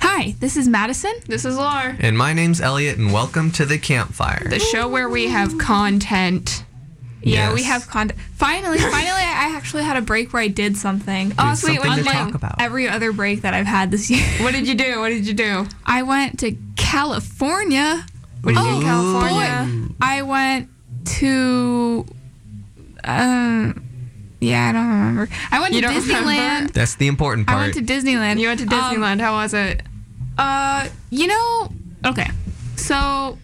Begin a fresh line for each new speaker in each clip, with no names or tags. Hi, this is Madison,
This is Lar,
And my name's Elliot, and welcome to the campfire.
the show where we have content.
Yeah, we
Yes.
have content. Finally, finally, I actually had a break where I did something. Oh,
There's something to talk about.
every other break that I've had this year.
What did you do? What did you do?
I went to California.
What did you do in
Ooh.
California?
Boy, I went to. Um, yeah, I don't remember. I went
You
to
don't
Disneyland.
remember?
That's the important
I
part.
went to Disneyland.
You went to
Um,
Disneyland. How was it?
Uh, you know, okay. So,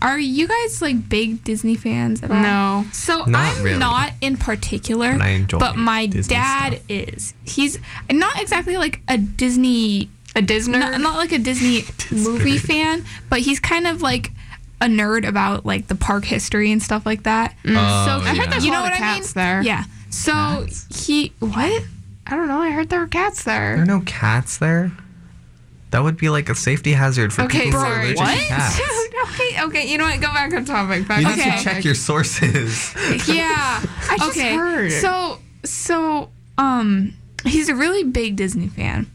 are you guys like big Disney fans? At all?
No.
So
Not
I'm
really.
not in particular,
But I enjoy
but my
Disney
dad
stuff.
is. He's not exactly like a Disney,
A Disney?
not, not like a Disney movie
nerd.
fan, but he's kind of like a nerd about like the park history and stuff like that.
Mm.
Oh,
so
I heard
he-
there's
a
you know
lot of
what I mean?
cats there.
Yeah. So
Cats?
he what?
I don't know. I heard there were cats
there are
there.
no cats there. That would be like a safety hazard for
Okay,
people who are
sorry.
allergic to cats.
okay, okay, you know what? Go back on topic. Back
You
on
need
Okay.
to
topic.
check your sources.
yeah.
I just heard.
So so um he's a really big Disney fan.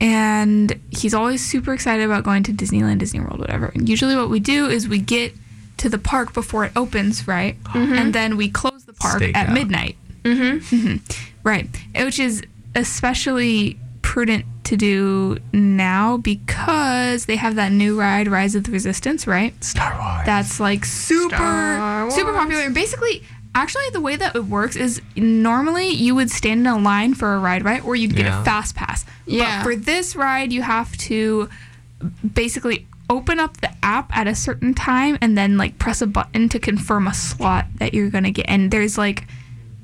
And he's always super excited about going to Disneyland, Disney World, whatever. And usually what we do is we get to the park before it opens, right?
Mm-hmm.
And then we close the park
Stake
at
out.
midnight.
Mm-hmm.
Right. Which is especially prudent to do now because they have that new ride, Rise of the Resistance, right?
Star Wars.
That's like
Star
super,
Wars.
super popular. And basically, actually, the way that it works is normally you would stand in a line for a ride, right? Or you'd get
Yeah.
a fast pass.
Yeah.
But for this ride, you have to basically open up the app at a certain time and then like press a button to confirm a slot that you're gonna get. And there's like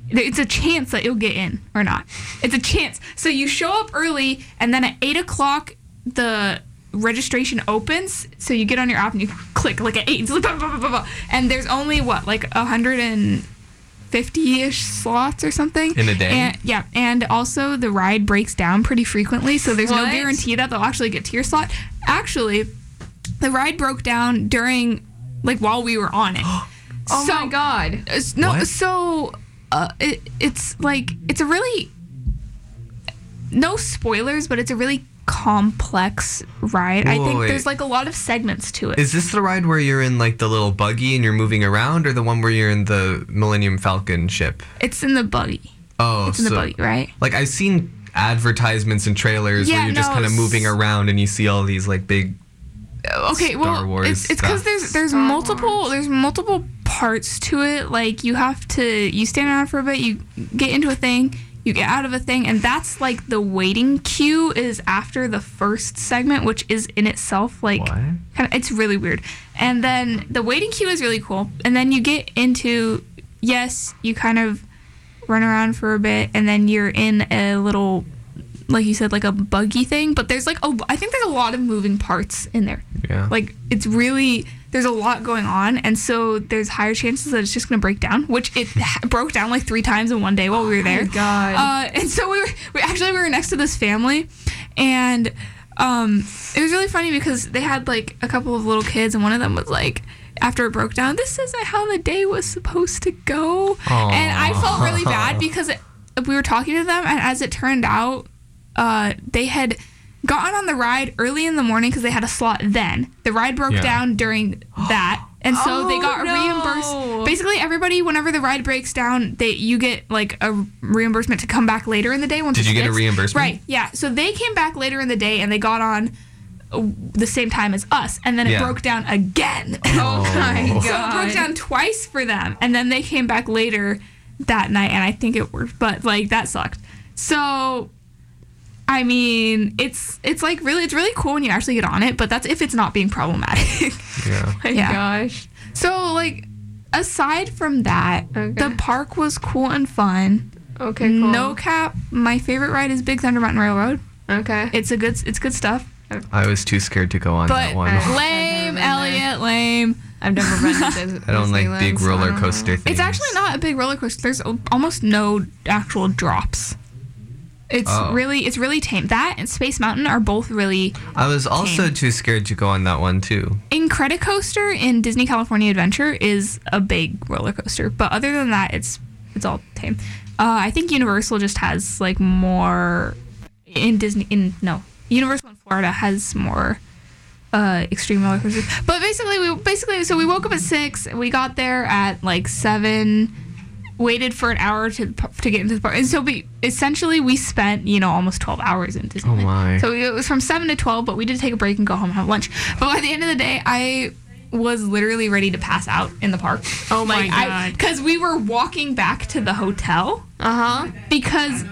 it's a chance that you'll get in or not. It's a chance. So you show up early, and then at eight o'clock the registration opens. So you get on your app and you click like at eight, it's like, blah, blah, blah, blah, blah. and there's only what like a hundred and fifty-ish slots or something
In a day?
And, yeah, and also the ride breaks down pretty frequently, so there's
What?
no guarantee that they'll actually get to your slot. Actually, the ride broke down during like while we were on it.
Oh
so,
my god.
uh, No,
What?
so uh, it, it's like it's a really no spoilers, but it's a really complex ride. I
Whoa,
think
wait.
there's like a lot of segments to it.
Is this the ride where you're in like the little buggy and you're moving around, or the one where you're in the Millennium Falcon ship?
it's in the buggy.
Oh,
It's in
so
the buggy, right?
like I've seen advertisements and trailers
Yeah,
where you're just
no,
kind of
s-
moving around and you see all these like big.
okay
Star
well
Wars
it's it's because
stuff.
there's there's
Star
multiple
Wars.
there's multiple parts to it like you have to you stand around for a bit you get into a thing you get out of a thing and that's like the waiting queue is after the first segment which is in itself like
What?
kind of it's really weird and then the waiting queue is really cool and then you get into yes you kind of run around for a bit and then you're in a little like you said like a buggy thing but there's like a, i think there's a lot of moving parts in there
Yeah.
like it's really there's a lot going on and so there's higher chances that it's just going to break down which it ha- broke down like three times in one day while we were there
Oh my God.
Uh, and so we were we actually we were next to this family and um it was really funny because they had like a couple of little kids and one of them was like after it broke down this isn't how the day was supposed to go and i felt really bad because it, we were talking to them and as it turned out uh, they had gotten on the ride early in the morning because they had a slot then. The ride broke
Yeah.
down during that. And so they
Oh,
got
no.
reimbursed. Basically, everybody, whenever the ride breaks down, they you get like a reimbursement to come back later in the day. Once
Did
it's
you get a
fixed.
reimbursement?
Right. Yeah. So they came back later in the day and they got on uh, the same time as us, and then it
Yeah.
broke down again.
Oh my
Oh.
god.
So it broke down twice for them, and then they came back later that night, and I think it worked, but like that sucked. So, I mean, it's it's like really it's really cool when you actually get on it, but that's if it's not being problematic.
yeah.
My
Yeah.
gosh.
so like, aside from that, the
Okay.
park was cool and fun.
Okay, cool.
No cap, my favorite ride is Big Thunder Mountain Railroad.
Okay.
It's a good it's good stuff.
I was too scared to go on
But
that one.
I- I've never
lame,
been
Elliot, lame.
I've never been to Dis-
I don't like big
Disneyland, so I
roller
don't know.
coaster things.
It's actually not a big roller coaster. There's al- almost no actual drops. It's
Oh.
really it's really tame. That and Space Mountain are both really
I was also too scared to go on that one too.
Incredicoaster in Disney California Adventure is a big roller coaster, but other than that, it's it's all tame. Uh, I think Universal just has like more in Disney in no Universal in Florida has more uh, extreme roller coasters. But basically, we basically so we woke up at six. We got there at like seven. Waited for an hour to to get into the park, and so we essentially we spent you know almost twelve hours in Disneyland.
Oh my.
So it was from seven to twelve, but we did take a break and go home and have lunch. But by the end of the day, I was literally ready to pass out in the park.
Oh my God.
Because we were walking back to the hotel
Uh huh.
because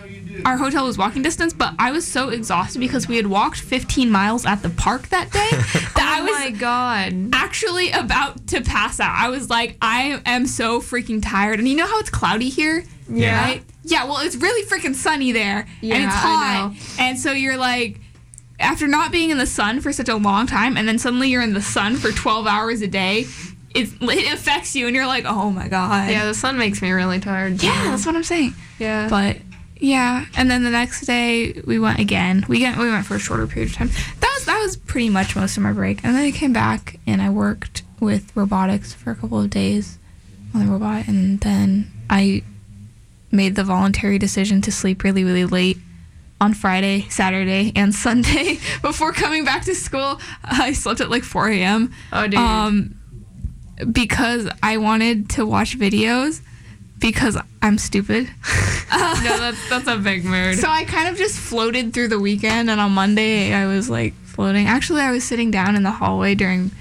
our hotel was walking distance, but I was so exhausted because we had walked 15 miles at the park that day that
Oh
I
my
was
god.
actually about to pass out. I was like, I am so freaking tired. And you know how it's cloudy here?
Yeah.
Right? Yeah, well, it's really freaking sunny there and
Yeah,
it's
I
hot.
know.
And so you're like, after not being in the sun for such a long time, and then suddenly you're in the sun for 12 hours a day, it, it affects you, and you're like, oh my God.
Yeah, the sun makes me really tired.
yeah that's what I'm saying.
Yeah.
But yeah, and then the next day we went again. We went we went for a shorter period of time. That was that was pretty much most of my break. And then I came back and I worked with robotics for a couple of days on the robot, and then I made the voluntary decision to sleep really really late on Friday, Saturday, and Sunday before coming back to school. I slept at like 4 a.m.
oh, dude.
Um, because I wanted to watch videos because I'm stupid.
no, that's that's a big mood.
So I kind of just floated through the weekend, and on Monday I was like floating. Actually, I was sitting down in the hallway during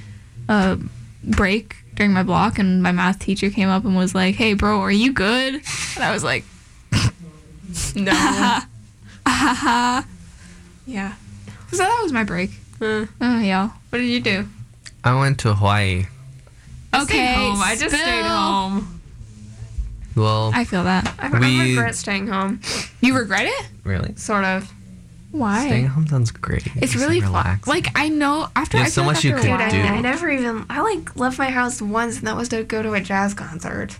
a break during my block, and my math teacher came up and was like, "Hey, bro, are you good?" And I was like,
no.
"Yeah." So that was my break.
Huh.
Oh yeah.
what did you do?
I went to Hawaii.
I stayed home. I just stayed
spill.
home.
Well,
I feel that.
I, I
We-
regret staying home.
You regret it?
really?
Sort of.
Why?
Staying home sounds great.
it's
Just
really fun.
relax.
Like I know after
You
I
have so
feel like
much you
after a while-
could Wow.
Dude, I, I
do.
never even I like left my house once, and that was to go to a jazz concert.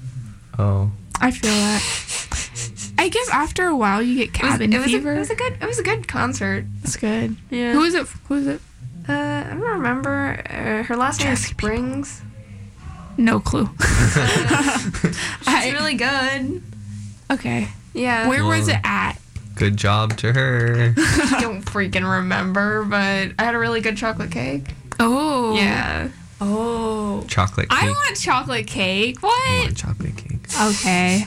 oh,
I feel that. I guess after a while you get
It was,
cabin
it was
fever.
A, it was a good it was a good concert.
That's good.
Yeah.
Who is it? Who is it?
Uh, I don't remember uh, her last name is
Jazz people.
Springs.
No clue. I-
She's really good.
okay.
Yeah,
Where was
Whoa.
it at?
good job to her.
I don't freaking remember, but I had a really good chocolate cake.
Oh.
Yeah,
Oh.
Chocolate cake.
I want chocolate cake.
I
What?
want chocolate cake.
Okay.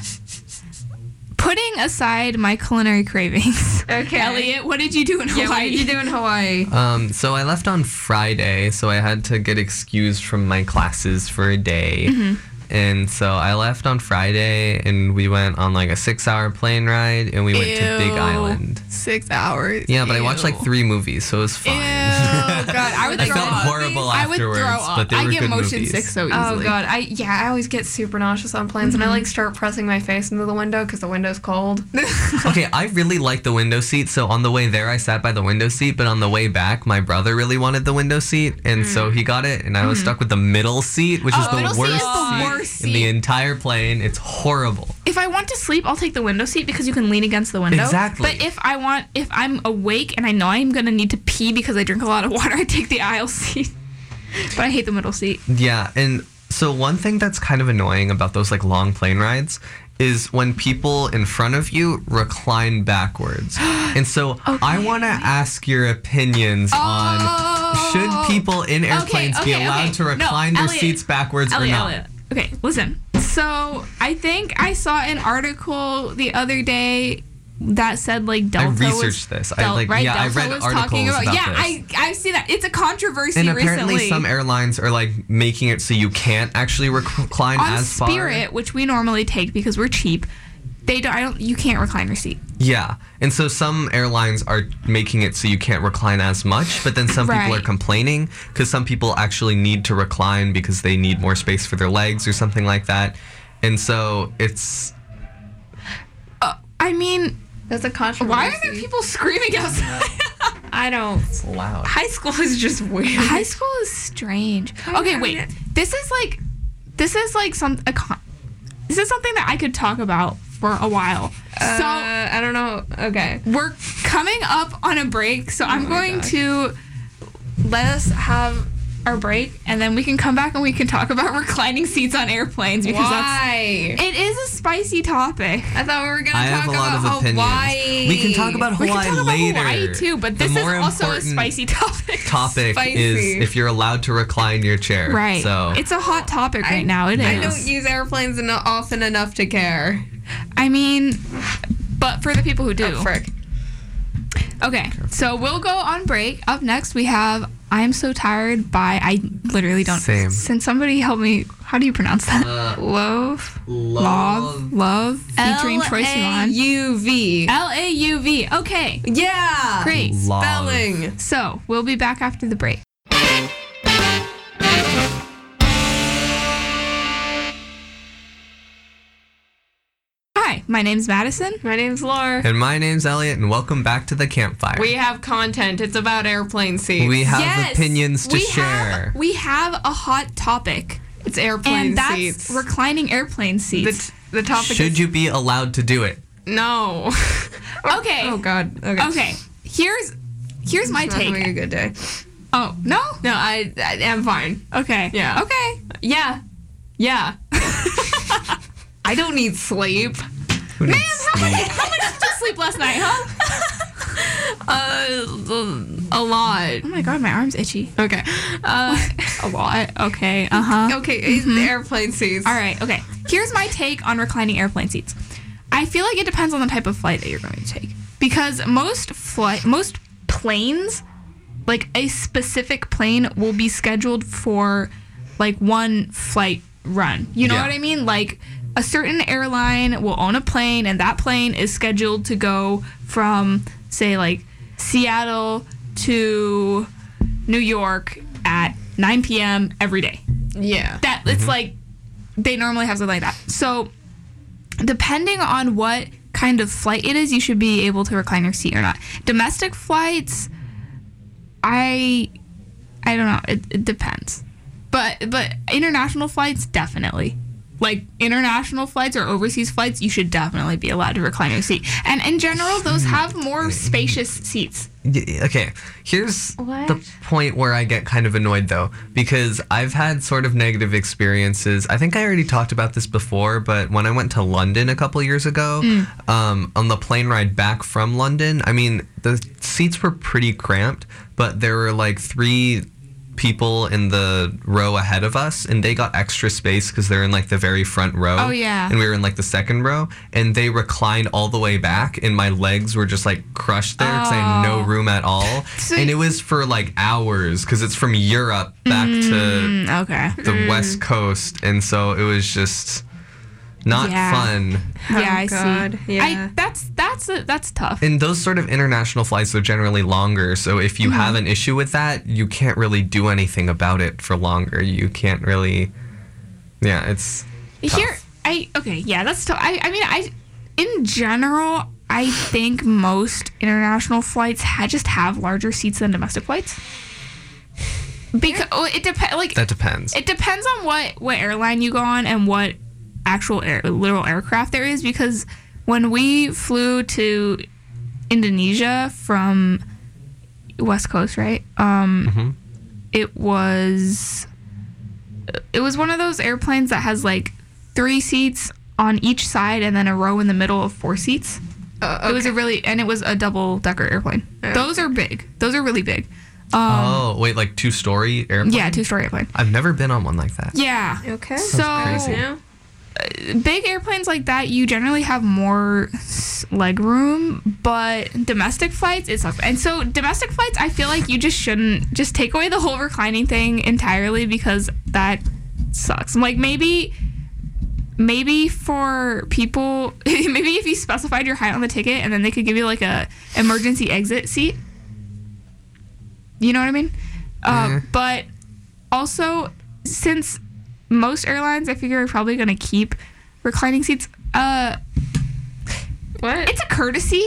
Putting aside my culinary cravings.
Okay.
Elliot, what did you do in
yeah. What
Hawaii?
did you do in Hawaii?
Um, so I left on Friday, so I had to get excused from my classes for a day.
Mm-hmm.
And so I left on Friday and we went on like a six hour plane ride and we went to Big
Ew.
Island.
Six hours.
Yeah, but I watched like
Ew.
three movies, so it was
Ew,
fine.
God, I would
I
throw
felt
up.
horrible
I would throw
afterwards,
up.
but they
I
were
get
good
motion
movies.
sick so easily.
Oh god, I yeah, I always get super nauseous on planes, and I
Mm-hmm.
like start pressing my face into the window because the window's cold.
okay, I really liked the window seat, so on the way there I sat by the window seat, but on the way back my brother really wanted the window seat, and so he got it, and I was stuck with the middle seat, which is
Mm. Mm-hmm. Oh,
the
middle seat is
worst
the
seat
worst
in the
seat.
entire plane. It's horrible.
If I want to sleep, I'll take the window seat because you can lean against the window.
Exactly.
But if I want, if I'm awake and I know I'm gonna need to pee because I drink a lot of water, I take the aisle seat. But I hate the middle seat.
Yeah, and so one thing that's kind of annoying about those like long plane rides is when people in front of you recline backwards. and so I want to ask your opinions on
Oh.
should people in airplanes be
okay,
allowed
okay.
to
No,
recline their
Elliot.
seats backwards or not?
Okay, listen. So I think I saw an article the other day that said like Delta.
researched
was,
this. I, like, yeah, I read articles about
yeah,
this.
I I've seen that. It's a controversy
And apparently
recently.
some airlines are like making it so you can't actually recline
on
as far.
Spirit, which we normally take because we're cheap, they don't. I don't. You can't recline your seat.
Yeah. And so some airlines are making it so you can't recline as much, but then some people
Right.
are complaining because some people actually need to recline because they need more space for their legs or something like that. And so it's
Uh, I mean,
That's a controversy.
why are there people screaming outside?
I don't.
loud.
High school is just weird.
High school is strange. Okay,
I
wait.
mean-
This is like, this is like some a con- This is something that I could talk about for a while.
So uh, I don't know. Okay.
so we're
Oh
coming up on a break, so I'm going to let us have our break, and then we can come back and we can talk about reclining seats on airplanes because
Why?
that's it is a spicy topic.
I thought we were gonna
I
talk
have a lot
about
of opinions.
Hawaii.
We can talk about
We
Hawaii
can talk about
later.
Hawaii too, but
The
this is
more
also a
important
spicy topic.
Topic is
Spicy.
if you're allowed to recline your chair.
Right.
So
it's a hot topic right
I-
now. It is.
I don't use airplanes enough, often enough to care.
I mean, but for the people who do.
Oh, frick.
Okay, so we'll go on break. Up next, we have "I'm So Tired" by I literally don't.
Same.
Since somebody help me, how do you pronounce that?
Uh,
Love,
Love.
love, love, featuring Troye Sivan.
L-A-U-V.
L A U V. Okay,
Yeah.
great.
Love.
Spelling.
So we'll be back after the break. Hi, my name's Madison.
My name's Laura.
And my name's Elliot, and welcome back to the campfire.
We have content. It's about airplane seats.
We have
Yes,
opinions to
we
share.
Have, we have a hot topic,
it's airplane
and that's
seats.
reclining airplane
the,
seats.
t- the topic
Should
is
you be allowed to do it?
no.
Okay.
Oh God. Okay.
okay, here's here's my
It's not having
take.
a good day.
Oh no.
No, I, I am fine.
Okay.
Yeah.
Okay.
Yeah. Yeah. I don't need sleep.
Mm-hmm.
Who needs sleep?
How much did you sleep last night, huh?
Uh, a lot.
Oh my god, my arm's itchy.
Okay. Uh,
A lot. Okay. Uh huh.
okay. it's the Airplane seats.
All right. Okay. Here's my take on reclining airplane seats. I feel like it depends on the type of flight that you're going to take because most flight, most planes, like a specific plane, will be scheduled for like one flight run. You know
Yeah.
what I mean? Like a certain airline will own a plane, and that plane is scheduled to go from say like Seattle to New York at 9 p.m. every day
Yeah.
that it's like they normally have something like that. So depending on what kind of flight it is, you should be able to recline your seat or not. Domestic flights, I I don't know. It, it depends. But but international flights definitely. Like international flights or overseas flights, you should definitely be allowed to recline your seat. And in general, those have more spacious seats.
Y- okay here's the point where i get kind of annoyed though because i've had sort of negative experiences i think i already talked about this before but when i went to london a couple years ago
Mm.
um, on the plane ride back from london i mean the seats were pretty cramped but there were like three people in the row ahead of us and they got extra space because they're in like the very front row
Oh, yeah.
and we were in like the second row and they reclined all the way back and my legs were just like crushed there because i had no room at all
Oh. So
and
y-
it was for like hours because it's from europe back
Mm.
to
Mm,
Okay.
the
Mm.
west coast and so it was just not
Yeah.
fun
yeah, I
Oh, God,
see.
yeah.
I, that's that's a, that's tough.
and those sort of international flights are generally longer so if you have
Mm-hmm.
an issue with that you can't really do anything about it for longer you can't really yeah it's
Here, I okay, yeah, that's tough. I, I mean, I in general, I think most international flights ha- just have larger seats than domestic flights. Because oh, it depends, like
that depends
it depends on what what airline you go on and what actual air, literal aircraft there is. Because when we flew to Indonesia from West Coast, right? Um,
Mhm.
It was it was one of those airplanes that has like three seats on each side and then a row in the middle of four seats.
Uh,
It was a really and it was a double decker airplane. Those are big. Those are really big. Um,
oh wait like two story airplane
yeah, two story airplane.
i've never been on one like that
Yeah.
okay.
So
crazy.
Yeah.
big airplanes like that, you generally have more s- leg room, but domestic flights, it's tough. And so, domestic flights, I feel like you just shouldn't just take away the whole reclining thing entirely because that sucks. Like, maybe. Maybe for people, maybe if you specified your height on the ticket, and then they could give you like a emergency exit seat. You know what I mean? Uh,
Yeah.
But also, since most airlines, I figure, are probably going to keep reclining seats. Uh,
What?
it's a courtesy.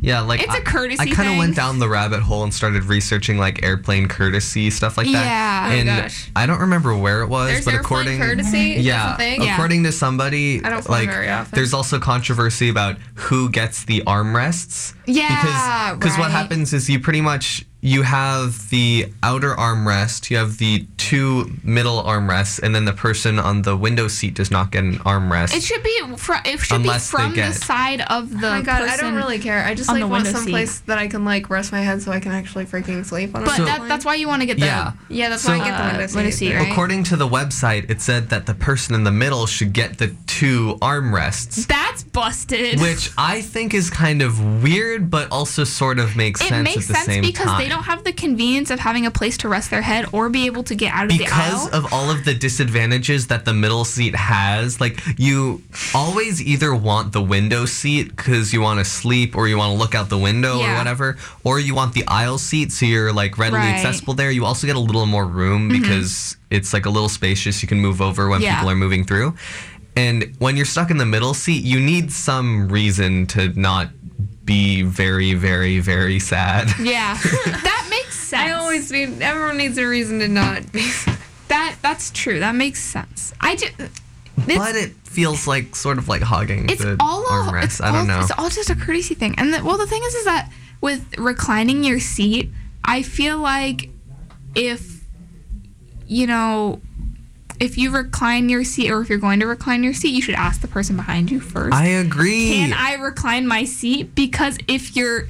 Yeah, like
It's a
I-
courtesy
I kind of
thing.
went down the rabbit hole and started researching like airplane courtesy stuff like that.
Yeah. Oh,
and
gosh.
I don't remember where it was,
There's
but
airplane
according
courtesy. That's
yeah,
a thing?
Yeah.
according to somebody,
I don't fly
like
very often.
there's also controversy about who gets the armrests.
Yeah,
because what
right.
happens is you pretty much you have the outer armrest, you have the two middle armrests, and then the person on the window seat does not get an armrest.
It should be from. It should
Unless
be
they
from the
get-
side of the.
Oh my god, I
person.
don't really care. I just
on
like
the
want
window
some place that I can like rest my head so I can actually freaking sleep on.
But
a
that,
plane.
that's why you want to get the.
Yeah.
yeah, that's
So-
why I get the
Uh,
window seat.
window seat, right?
According to the website, it said that the person in the middle should get the two armrests,
That's busted.
which I think is kind of weird, but also sort of makes
it
sense
makes
at the
sense
same
because
time.
they don't have the convenience of having a place to rest their head or be able to get out of the aisle.
because of all of the disadvantages that the middle seat has like you always either want the window seat because you want to sleep or you want to look out the window
Yeah.
or whatever or you want the aisle seat so you're like readily
Right. Mm-hmm.
accessible there you also get a little more room because it's like a little spacious you can move over when
Yeah.
people are moving through and when you're stuck in the middle seat you need some reason to not be very very very sad
yeah, that makes sense.
I always need. Everyone needs a reason to not be.
that that's true. That makes sense. I do. It's,
but it feels like sort of like hogging
it's
the
all a,
armrest.
it's
I don't
all,
know.
It's all just a courtesy thing. And the, well, the thing is, is that with reclining your seat, I feel like if you know. If you recline your seat, or if you're going to recline your seat, you should ask the person behind you first.
I agree.
can I recline my seat? Because if you're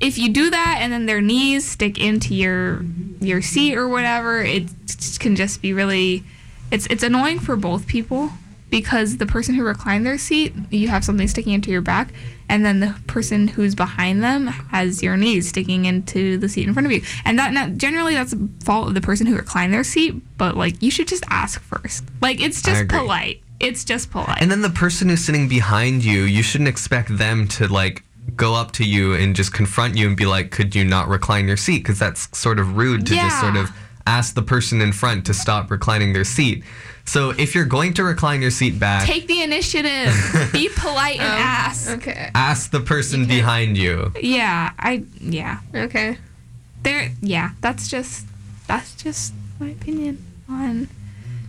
if you do that and then their knees stick into your your seat or whatever, it just can just be really it's it's annoying for both people because the person who reclined their seat, you have something sticking into your back, and then the person who's behind them has your knees sticking into the seat in front of you. And that not, generally that's the fault of the person who reclined their seat, but like you should just ask first. Like it's just
agree.
polite. It's just polite.
and then the person who's sitting behind you, you shouldn't expect them to like go up to you and just confront you and be like, "Could you not recline your seat?" Because that's sort of rude to just
Yeah.
sort of ask the person in front to stop reclining their seat. So if you're going to recline your seat back,
Take the initiative. Be polite and ask.
Okay.
ask the person behind you.
Yeah, I yeah.
Okay.
There yeah, that's just that's just my opinion on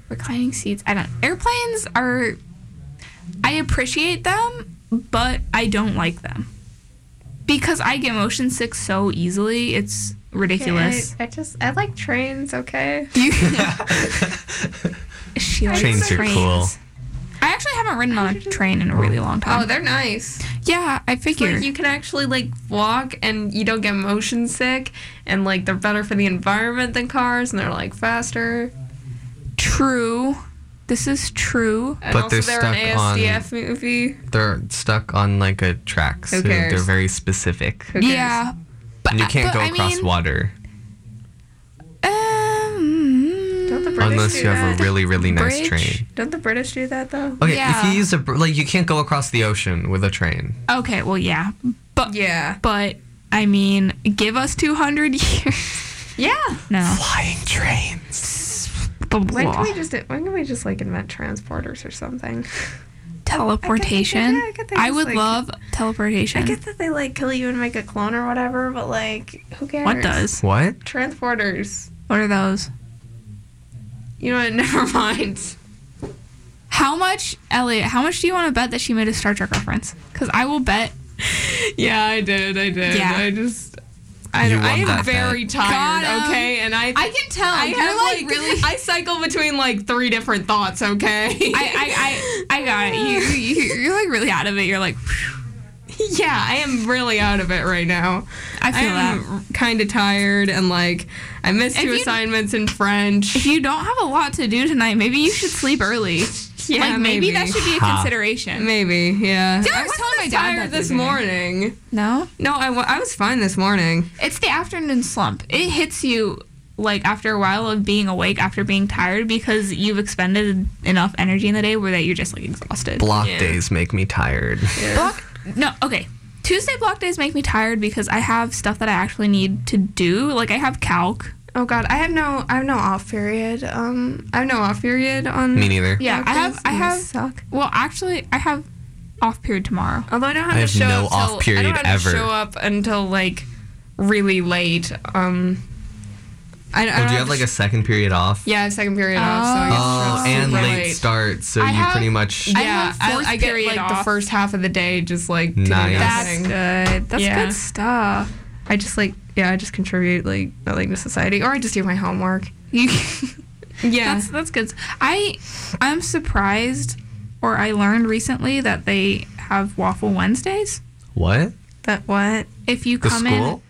reclining seats. I don't airplanes are I appreciate them, but I don't like them. Because I get motion sick so easily, it's ridiculous.
I, I just I like trains. Okay.
She likes
Trains are cool.
I actually haven't ridden on a train in a really long
Oh,
time.
they're nice.
yeah, I figure.
Like you can actually like walk and you don't get motion sick and like they're better for the environment than cars and they're like faster.
true. This is true.
And
But
also
they're
they're an
stuck on-
ASDF movie.
They're stuck on like a track, so they're
cares?
very specific.
Who cares?
Yeah. But,
And you can't
but
go
I
across
mean,
water
Um,
Don't the British
unless
do
you have
that?
a really, really nice
Bridge?
train.
Don't the British do that though?
Okay, if
Yeah.
you use a br- like, you can't go across the ocean with a train.
okay, well, yeah, but
Yeah.
but I mean, give us two hundred years.
Yeah.
No,
Flying trains.
blah, blah,
When
blah.
can we just when can we just like invent transporters or something?
teleportation.
I could think
I
it's
would
like-
love
I
teleportation.
get that they like kill you and make a clone or whatever, but like who cares?
what does?
What?
transporters?
What are those?
You know what? Never mind.
How much, Elliot? How much do you want to bet that she made a Star Trek reference? Because I will bet.
Yeah, I did. I did.
Yeah.
I just. I,
You
I
won
am
that
very
Got
tired,
'em.
okay? And I,
I can tell.
I
you're
have
like,
like,
really.
I cycle between like three different thoughts, okay?
I, I I I got it. You, you you- you're like really out of it. You're like,
yeah, I am really out of it right now.
I feel that.
I'm kind of tired and like I missed
If
two
you-
assignments in French.
If you don't have a lot to do tonight, maybe you should sleep early.
Yeah,
like maybe, that should be a
Ha.
consideration.
Maybe, yeah.
Yeah, I
I
was
was
telling my dad
this
that
tired
the
this
other day.
morning.
No,
No, I, wa- I was fine this morning.
it's the afternoon slump. It hits you like after a while of being awake after being tired because you've expended enough energy in the day where that you're just like exhausted.
Block
Yeah.
days make me tired.
Block? No, okay. Tuesday block days make me tired because I have stuff that I actually need to do. Like I have calc.
Oh God, I have no, I have no off period. Um, I have no off period on.
Me neither.
Yeah, I have. I have.
suck.
Well, actually, I have off period tomorrow.
Although I don't have,
I have
to show
no
up till,
off
I
period
don't have
ever.
to show up until like really late. Um, I, I don't
Well, Oh, do you
have
have
to
like a
sh-
second period off?
yeah second period off? So I guess
Oh,
it's
and
super
late, start, so
I
you
have-
pretty much.
I
Yeah,
have
I,
fourth
I get
period
like the
off.
first half of the day just like to do
Nice.
That's
nothing.
good. That's
Yeah.
good stuff.
I just like yeah, I just contribute like nothing to society, or I just do my homework.
You,
Yeah,
that's that's good. I I'm surprised, or I learned recently that they have Waffle Wednesdays.
What?
that what?
If you
The
come
school?
in,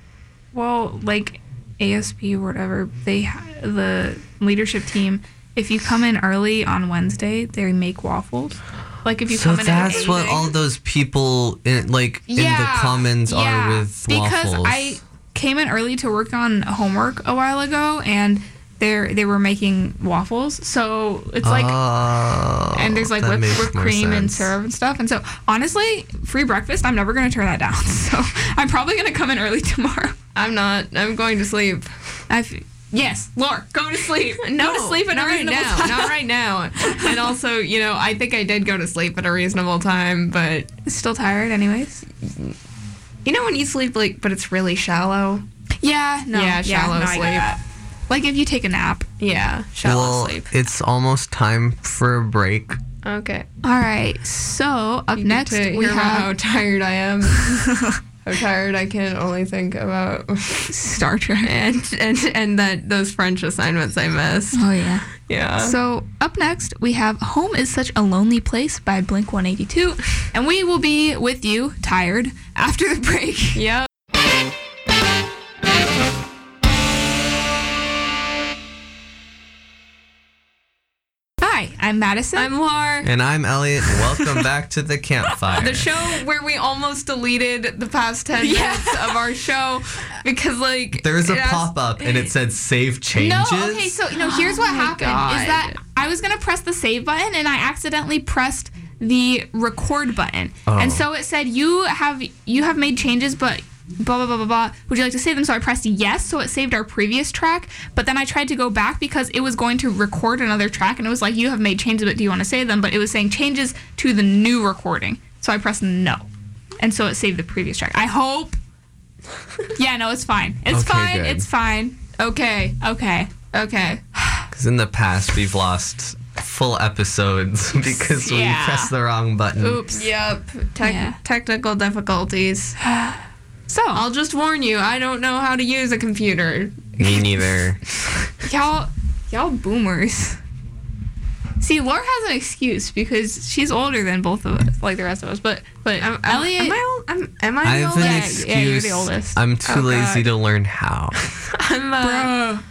well, like ASB or whatever, they ha- the leadership team. If you come in early on Wednesday, they make waffles. Like if you
So
come in, at
that's what
8:30.
all those people in like in the
Yeah,
commons are
yeah,
with
because
waffles.
I came in early to work on homework a while ago, and they they were making waffles. So it's like
Oh,
and there's like
that
whipped,
makes
whipped
more
cream and
sense.
syrup and stuff. And so, honestly, free breakfast, I'm never going to turn that down. So, I'm probably going to come in early tomorrow.
I'm not. I'm going to sleep.
I f- yes, Laura, go to sleep. go to sleep at a
not right
reasonable
now.
time.
Not right now. And also, you know, I think I did go to sleep at a reasonable time, but
Still tired, anyways.
you know when you sleep like, but it's really shallow.
Yeah, no,
Yeah, shallow
no, I get
sleep.
that. Like if you take a nap.
Yeah, shallow
Well,
sleep.
it's almost time for a break.
Okay.
All right. So up
You get
next
to
we
hear about how
have
tired I am. how tired I can only think about
Star Trek.
and and and that those French assignments I missed.
Oh yeah.
Yeah.
So up next we have "Home Is Such a Lonely Place" by Blink 182, and we will be with you, tired, after the break.
yeah.
Hi, I'm Madison.
I'm Lar.
And I'm Elliot. and Welcome back to the campfire.
The show where we almost deleted the past ten
Yeah.
minutes of our show because like
there was a
it asked-
pop up and it said save changes. Oh
No, okay, so no, here's what happened is that
God.
I was gonna press the save button and I accidentally pressed the record button.
Oh.
And so it said you have you have made changes but blah blah blah blah blah. Would you like to save them? So I pressed yes, so it saved our previous track, but then I tried to go back because it was going to record another track and it was like you have made changes but do you want to save them? But it was saying changes to the new recording. So I pressed no. And so it saved the previous track. I hope Yeah, no, it's fine. It's
Okay,
fine.
good.
It's fine.
Okay.
Okay.
Okay.
Because in the past we've lost full episodes because we
Yeah.
pressed the wrong button.
Oops.
Yep. Tec-
Yeah.
Technical difficulties.
So
I'll just warn you, I don't know how to use a computer.
Me neither.
y'all, y'all boomers. See, Laura has an excuse because she's older than both of us, like the rest of us. But but
Am, am,
Elliot,
am I, old, am, am I,
I have
the
an
Yeah,
excuse.
yeah, you're the oldest.
I'm too
Oh,
lazy to learn how.
oldest? I'm, uh,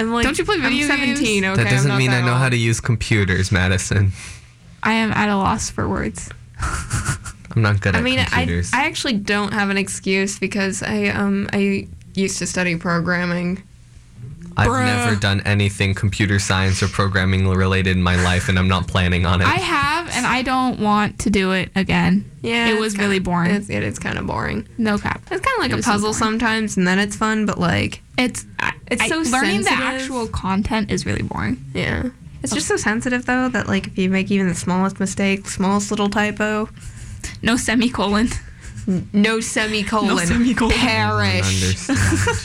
I'm like,
Don't you play video
I'm 17, okay?
that doesn't
I'm not
mean
that
I know how
old.
to use computers, Madison.
I am at a loss for words.
I'm not good
I
at
mean, I,
computers.
I actually don't have an excuse because I, um, I used to study programming.
I've
Bruh.
never done anything computer science or programming related in my life, and I'm not planning on it.
I have, and I don't want to do it again.
Yeah.
It
it's
was
kinda-
really boring.
It's, it is kind of boring.
No crap.
It's kind of like
It
a
is so
puzzle
boring.
sometimes, and then it's fun, but like,
It's I-
It's
I-
so
learning the
sensitive.
actual content is really boring.
yeah. It's just so sensitive, though, that like if you make even the smallest mistake, smallest little typo,
No semicolon.
no semicolon.
No semicolon.
I don't
Perish.
understand.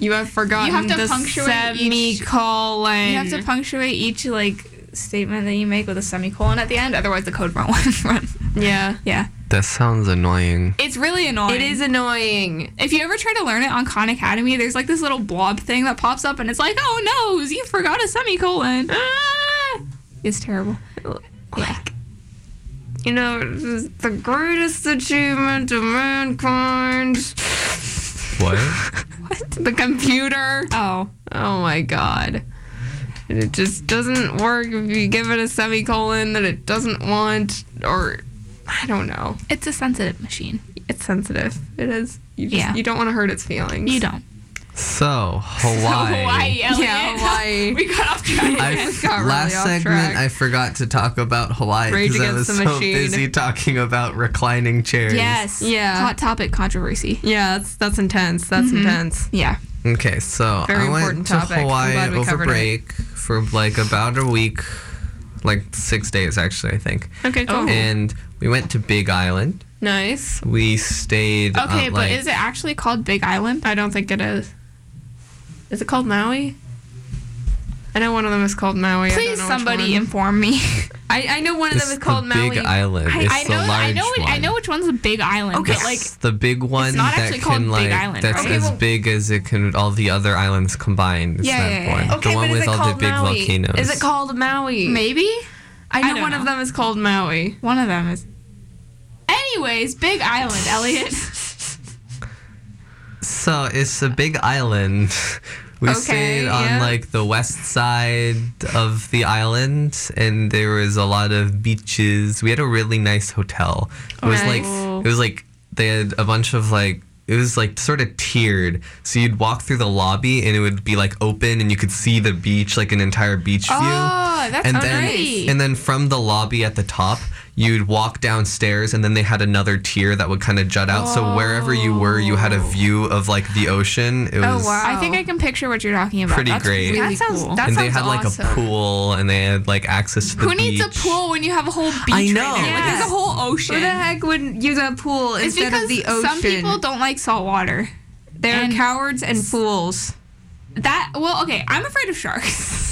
You have forgotten
You have to
the
punctuate each-
semicolon.
You have to punctuate each like statement that you make with a semicolon at the end, otherwise the code won't run.
yeah.
Yeah.
that sounds annoying.
It's really annoying.
It is annoying.
If you ever try to learn it on Khan Academy, there's like this little blob thing that pops up and it's like, oh no, you forgot a semicolon. Ah! It's terrible. Yeah.
You know, this is the greatest achievement of mankind.
What?
The computer.
Oh.
Oh my god. And it just doesn't work if you give it a semicolon that it doesn't want, or I don't know.
It's a sensitive machine.
It's sensitive. It is. You just,
Yeah.
You don't want to hurt its feelings.
You don't.
So Hawaii.
Hawaii, Elliot.
Yeah, Hawaii.
we got off track.
I,
again.
got really
last
off
segment,
track.
I forgot to talk about Hawaii
Rage
because I was
Against the
so
Machine.
busy talking about reclining chairs.
yes.
Yeah.
Hot topic controversy.
Yeah, that's that's intense. That's intense.
Yeah.
Okay, so
Very
I went
important
to
topic. I'm
Hawaii
glad we
over
covered it.
break for like about a week, like six days actually, I think.
Okay, cool.
Oh.
And we went to Big Island.
Nice.
We stayed. on,
Okay, but
like-
is it actually called Big Island?
I don't think it is. Is it called Maui? I know one of them is called Maui. I don't
Please
know which
somebody
one.
inform me.
I, I know one of
It's
them is called
the
Maui.
Big Island.
I,
it's
I
the
know,
large
I know, it-
one.
I know which one's a big island,
Okay.
but like,
It's the big one
not
that
actually called
can
Big
like
Island,
that's
right?
as
Okay, well-
big as it can all the other islands combined. It's
Yeah,
that
yeah, yeah.
one.
Okay,
the one
but is
with
it
all the
called
big
Maui?
volcanoes.
Is it called Maui?
maybe
I
I
know
don't
one
know.
of them is called Maui.
one of them is. Anyways, Big Island, Elliot.
So it's a big island. We
Okay,
stayed on
yeah.
like the west side of the island, and there was a lot of beaches. We had a really nice hotel. It was like
Nice.
it was like they had a bunch of like it was like sort of tiered. So you'd walk through the lobby, and it would be like open, and you could see the beach, like an entire beach view.
Oh, that's
and
so
then
nice.
and then from the lobby at the top you'd walk downstairs and then they had another tier that would kind of jut out so wherever you were you had a view of like the ocean it was
Oh, wow.
I think I can picture what you're talking about.
Pretty
That's
great.
really
That sounds-
cool.
that-
and they
sounds
had like
awesome.
a pool and they had like access to the
Who needs a
beach.
pool when you have a whole beach?
I
right
know.
there? Like,
Yeah.
there's a whole ocean.
Who the heck would use a pool
It's
instead
because
of the ocean?
some people don't like salt water.
They're
and-
cowards and fools.
That well, okay. I'm afraid of sharks.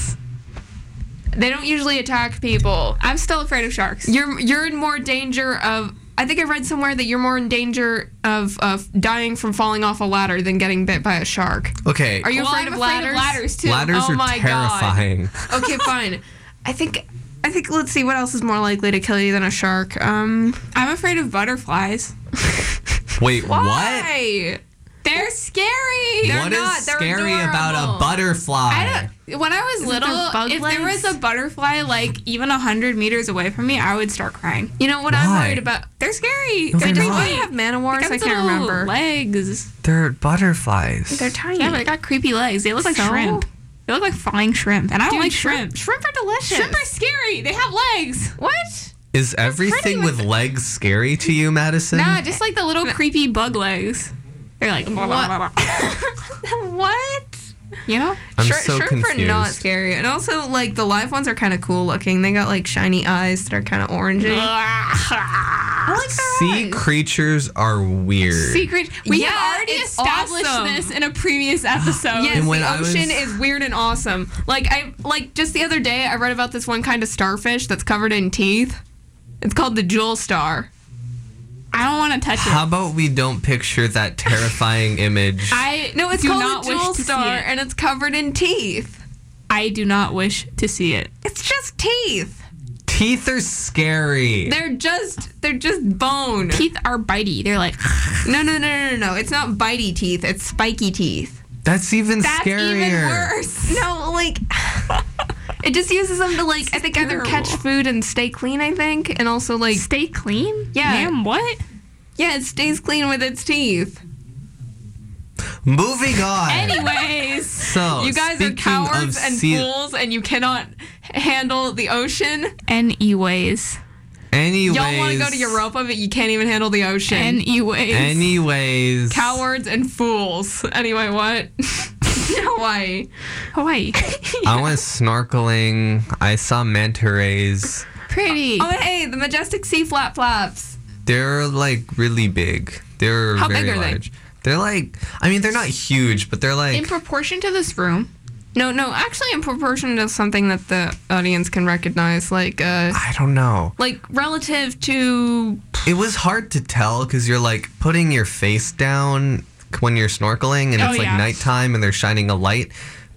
They don't usually attack people.
I'm still afraid of sharks.
You're you're in more danger of. I think I read somewhere that you're more in danger of of dying from falling off a ladder than getting bit by a shark.
okay
Are you
Well,
afraid,
I'm
of,
afraid
ladders?
of ladders too.
ladders
Oh
are
my God.
terrifying
Okay, fine. I think I think let's see what else is more likely to kill you than a shark. Um,
I'm afraid of butterflies.
wait what
why?
They're scary.
They're
What is
not, they're
scary about a
adorable.
butterfly
I don't, when I was
there bug
little, if there
legs?
was a butterfly like even hundred meters away from me, I would start crying.
You know what
Why?
I'm worried about?
They're scary.
No,
they're
they're
just
not.
Why
like-
do you have
they
manowars?
got
I
these
can't
little
remember.
Legs.
they're butterflies
They're tiny.
Yeah, but they got creepy legs. They look like
So?
shrimp. They look like flying shrimp, and I don't
Dude,
like
shrimp.
shrimp.
Shrimp are delicious.
Shrimp are scary. They have legs.
what?
is everything with legs scary to you madison
Nah, just like the little creepy bug legs. They're like, blah, blah, blah, blah.
what?
you know?
i'm
Shrimp-
so
shrimp
confused
are not scary, and also like the live ones are kind of cool looking. They got like shiny eyes that are kind of orangey. I like
sea creatures are weird
Secret. We
Yeah,
have already
it's
established
awesome.
this in a previous episode.
Yes,
And when
the
I was-
ocean is weird and awesome. Like I like just the other day, I read about this one kind of starfish that's covered in teeth. It's called the jewel star.
I don't want to touch
How
it.
about we don't picture that terrifying image?
I
No, it's
do
called
not
the jewel
wish to
star,
see it.
and it's covered in teeth.
I do not wish to see it.
It's just teeth.
Teeth are scary.
They're just they're just bone.
Teeth are bitey. They're like,
No, no, no, no, no, no. It's not bitey teeth. It's spiky teeth.
That's even
that's even
scarier.
worse.
No, like it just uses them to like I think either
terrible.
catch food and stay clean. I think, and also like
Stay clean?
Yeah.
Ma'am, what?
yeah, it stays clean with its teeth.
Moving on.
Anyways.
so
you guys are
Oh, speaking
cowards
of
and
sea-
fools, and you cannot handle the ocean.
Anyways.
Anyways,
Y'all want to go to Europa, but you can't even handle the ocean.
Anyways.
Anyways,
cowards and fools. Anyway, what? Hawaii.
Hawaii.
I went snorkeling. I saw manta rays.
Pretty.
Oh, hey, the majestic sea flap flaps.
They're like really big. They're
How
very
big are they?
large. They? are like, I mean, they're not huge, but they're like
In proportion to this room,
No, no, actually, in proportion to something that the audience can recognize, like, uh,
I don't know.
like relative to
It was hard to tell because you're like putting your face down when you're snorkeling and
Oh,
it's like
yeah.
nighttime and they're shining a light.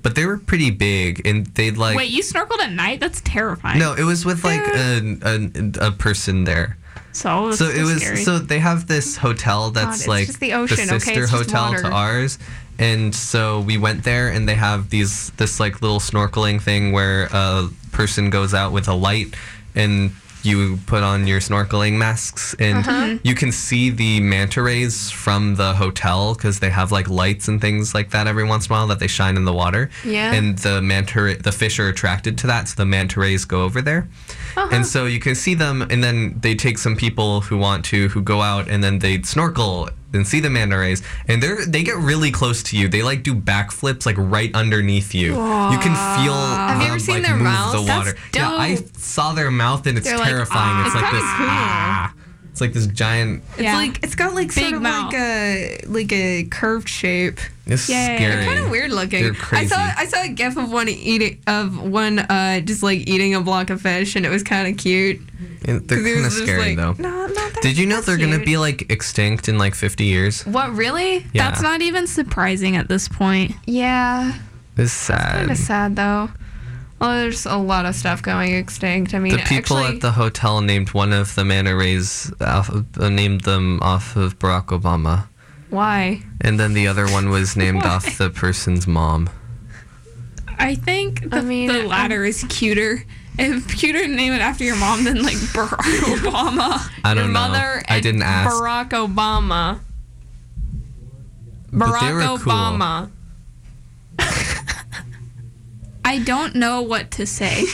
But they were pretty big and they'd like.
Wait, you snorkeled at night? That's terrifying.
no, it was with like a, a, a person there.
Oh,
So,
So it was. So they have this hotel
God,
that's
it's
like
just the ocean, okay?
sister
It's just
hotel
water.
to ours. And so we went there, and they have these this like little snorkeling thing where a person goes out with a light, and you put on your snorkeling masks, and
Uh-huh.
you can see the manta rays from the hotel because they have like lights and things like that every once in a while that they shine in the water.
Yeah.
And the manta ra- the fish are attracted to that, so the manta rays go over there. And so you can see them, and then they take some people who want to, who go out, and then they snorkel and see the manta rays, and they're they get really close to you. They like do backflips like right underneath you. You can feel. Have
you ever seen
like,
their
move
mouths?
The
That's
water. Yeah, I
dope.
saw their mouth, and it's
They're like, "Ah."
terrifying. it's
It's
like
kinda
this.
cool.
"Ah." It's like this giant.
It's
Yeah.
like it's got like
Big
sort of
mouth.
like a like a curved shape.
It's
Yeah, yeah, yeah.
scary.
Kind of weird looking.
They're crazy.
I saw I saw a gif of one eating of one uh just like eating a block of fish and it was kind of cute.
And they're
'Cause it
kind of
was just
scary
like,
though.
No, not that.
Did you know they're gonna
cute.
be like extinct in like 50 years?
What really?
Yeah.
That's not even surprising at this point.
Yeah.
It's sad.
Kind of sad though. Well, there's a lot of stuff going extinct. I mean,
the people
actually,
at the hotel named one of the manta rays off of, uh, named them off of Barack Obama,
why?
and then the other one was named off the person's mom.
I think the,
I mean,
the
I'm-
latter is cuter. It's cuter to name it after your mom than like Barack Obama.
I
Your
don't know.
mother
I
and
didn't ask.
Barack Obama.
But
Barack
they were cool.
Obama.
I don't know what to say.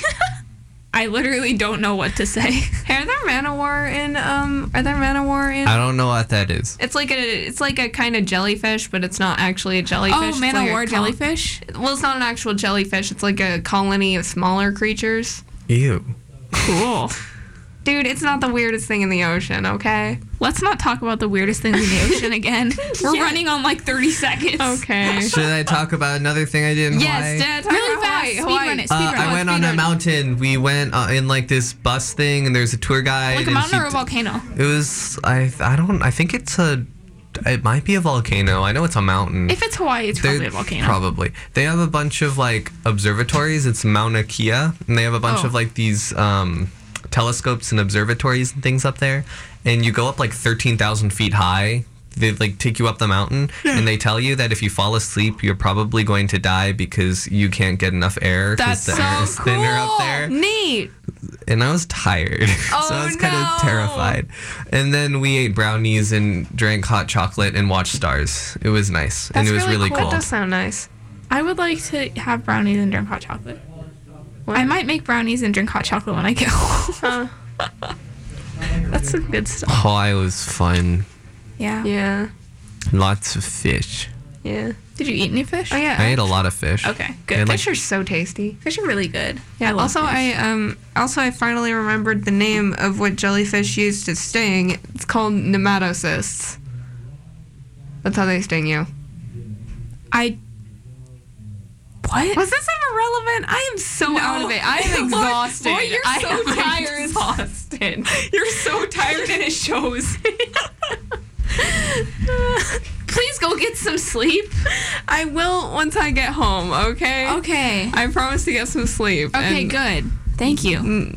I literally don't know what to say.
Hey, are there Manowar in? Um, are there Manowar in?
I don't know what that is.
It's like a, it's like a kind of jellyfish, but it's not actually a jellyfish.
Oh,
It's
man,
like
I
a
wore
col-
jellyfish.
Well, it's not an actual jellyfish. It's like a colony of smaller creatures.
Ew.
Cool.
Dude, it's not the weirdest thing in the ocean. Okay.
Let's not talk about the weirdest things in the ocean again. We're running on like 30 seconds.
Okay.
Should I talk about another thing I did in Hawaii?
yes, Dad. talk
Really
about
fast.
Hawaii,
Speedrun
Hawaii.
it.
Uh,
Speedrun
I
it.
went on a
Speedrun.
mountain. We went uh, in like this bus thing, and there's a tour guide.
Like a
and
mountain
he
or a
d-
volcano.
It was I I don't I think it's a it might be a volcano. I know it's a mountain.
If it's Hawaii, it's
They're-
probably a volcano.
Probably. They have a bunch of like observatories. It's Mauna Kea, and they have a bunch
Oh.
of like these um, telescopes and observatories and things up there. And you go up like thirteen thousand feet high. They like take you up the mountain, and they tell you that if you fall asleep, you're probably going to die because you can't get enough air because
That's
the air
so
is thinner up there
Neat.
and I was tired. so I was kind of
no.
terrified. And then we ate brownies and drank hot chocolate and watched stars. It was nice. and
That's
it was really,
cool.
cool.
That does sound nice.
I would like to have brownies and drink hot chocolate. I might make brownies and drink hot chocolate when I go. That's some good stuff.
Hawaii was fun.
Yeah.
Yeah.
Lots of fish.
Yeah.
Did you eat any fish?
Oh yeah.
I ate a lot of fish.
Okay,
I
good.
had, like,
Fish are so tasty.
Fish are really good.
Yeah.
love
also,
fish.
I um also I finally remembered the name of what jellyfish use to sting. It's called nematocysts. That's how they sting you.
I. What?
Was this ever relevant? I am so
No.
out of it. I am
Lloyd-
exhausted.
Lloyd, you're
I
so
am
tired.
Exhausted.
You're so tired and it shows. Please go get some sleep.
I will once I get home. Okay.
Okay.
I promise to get some sleep.
Okay,
and- mm,
good. Thank you.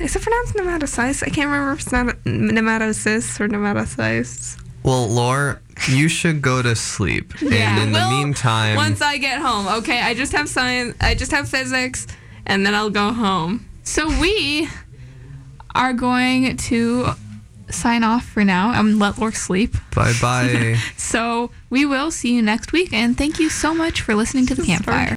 Is it pronounced nematocysts? I can't remember if it's not nematocysts or nematocysts.
Well, Lore, you should go to sleep.
Yeah.
And in
Well,
the meantime,
Once I get home, okay. I just have science. I just have physics, and then I'll go home.
So we are going to sign off for now and let Lork sleep.
bye bye.
So we will see you next week and thank you so much for listening to the campfire.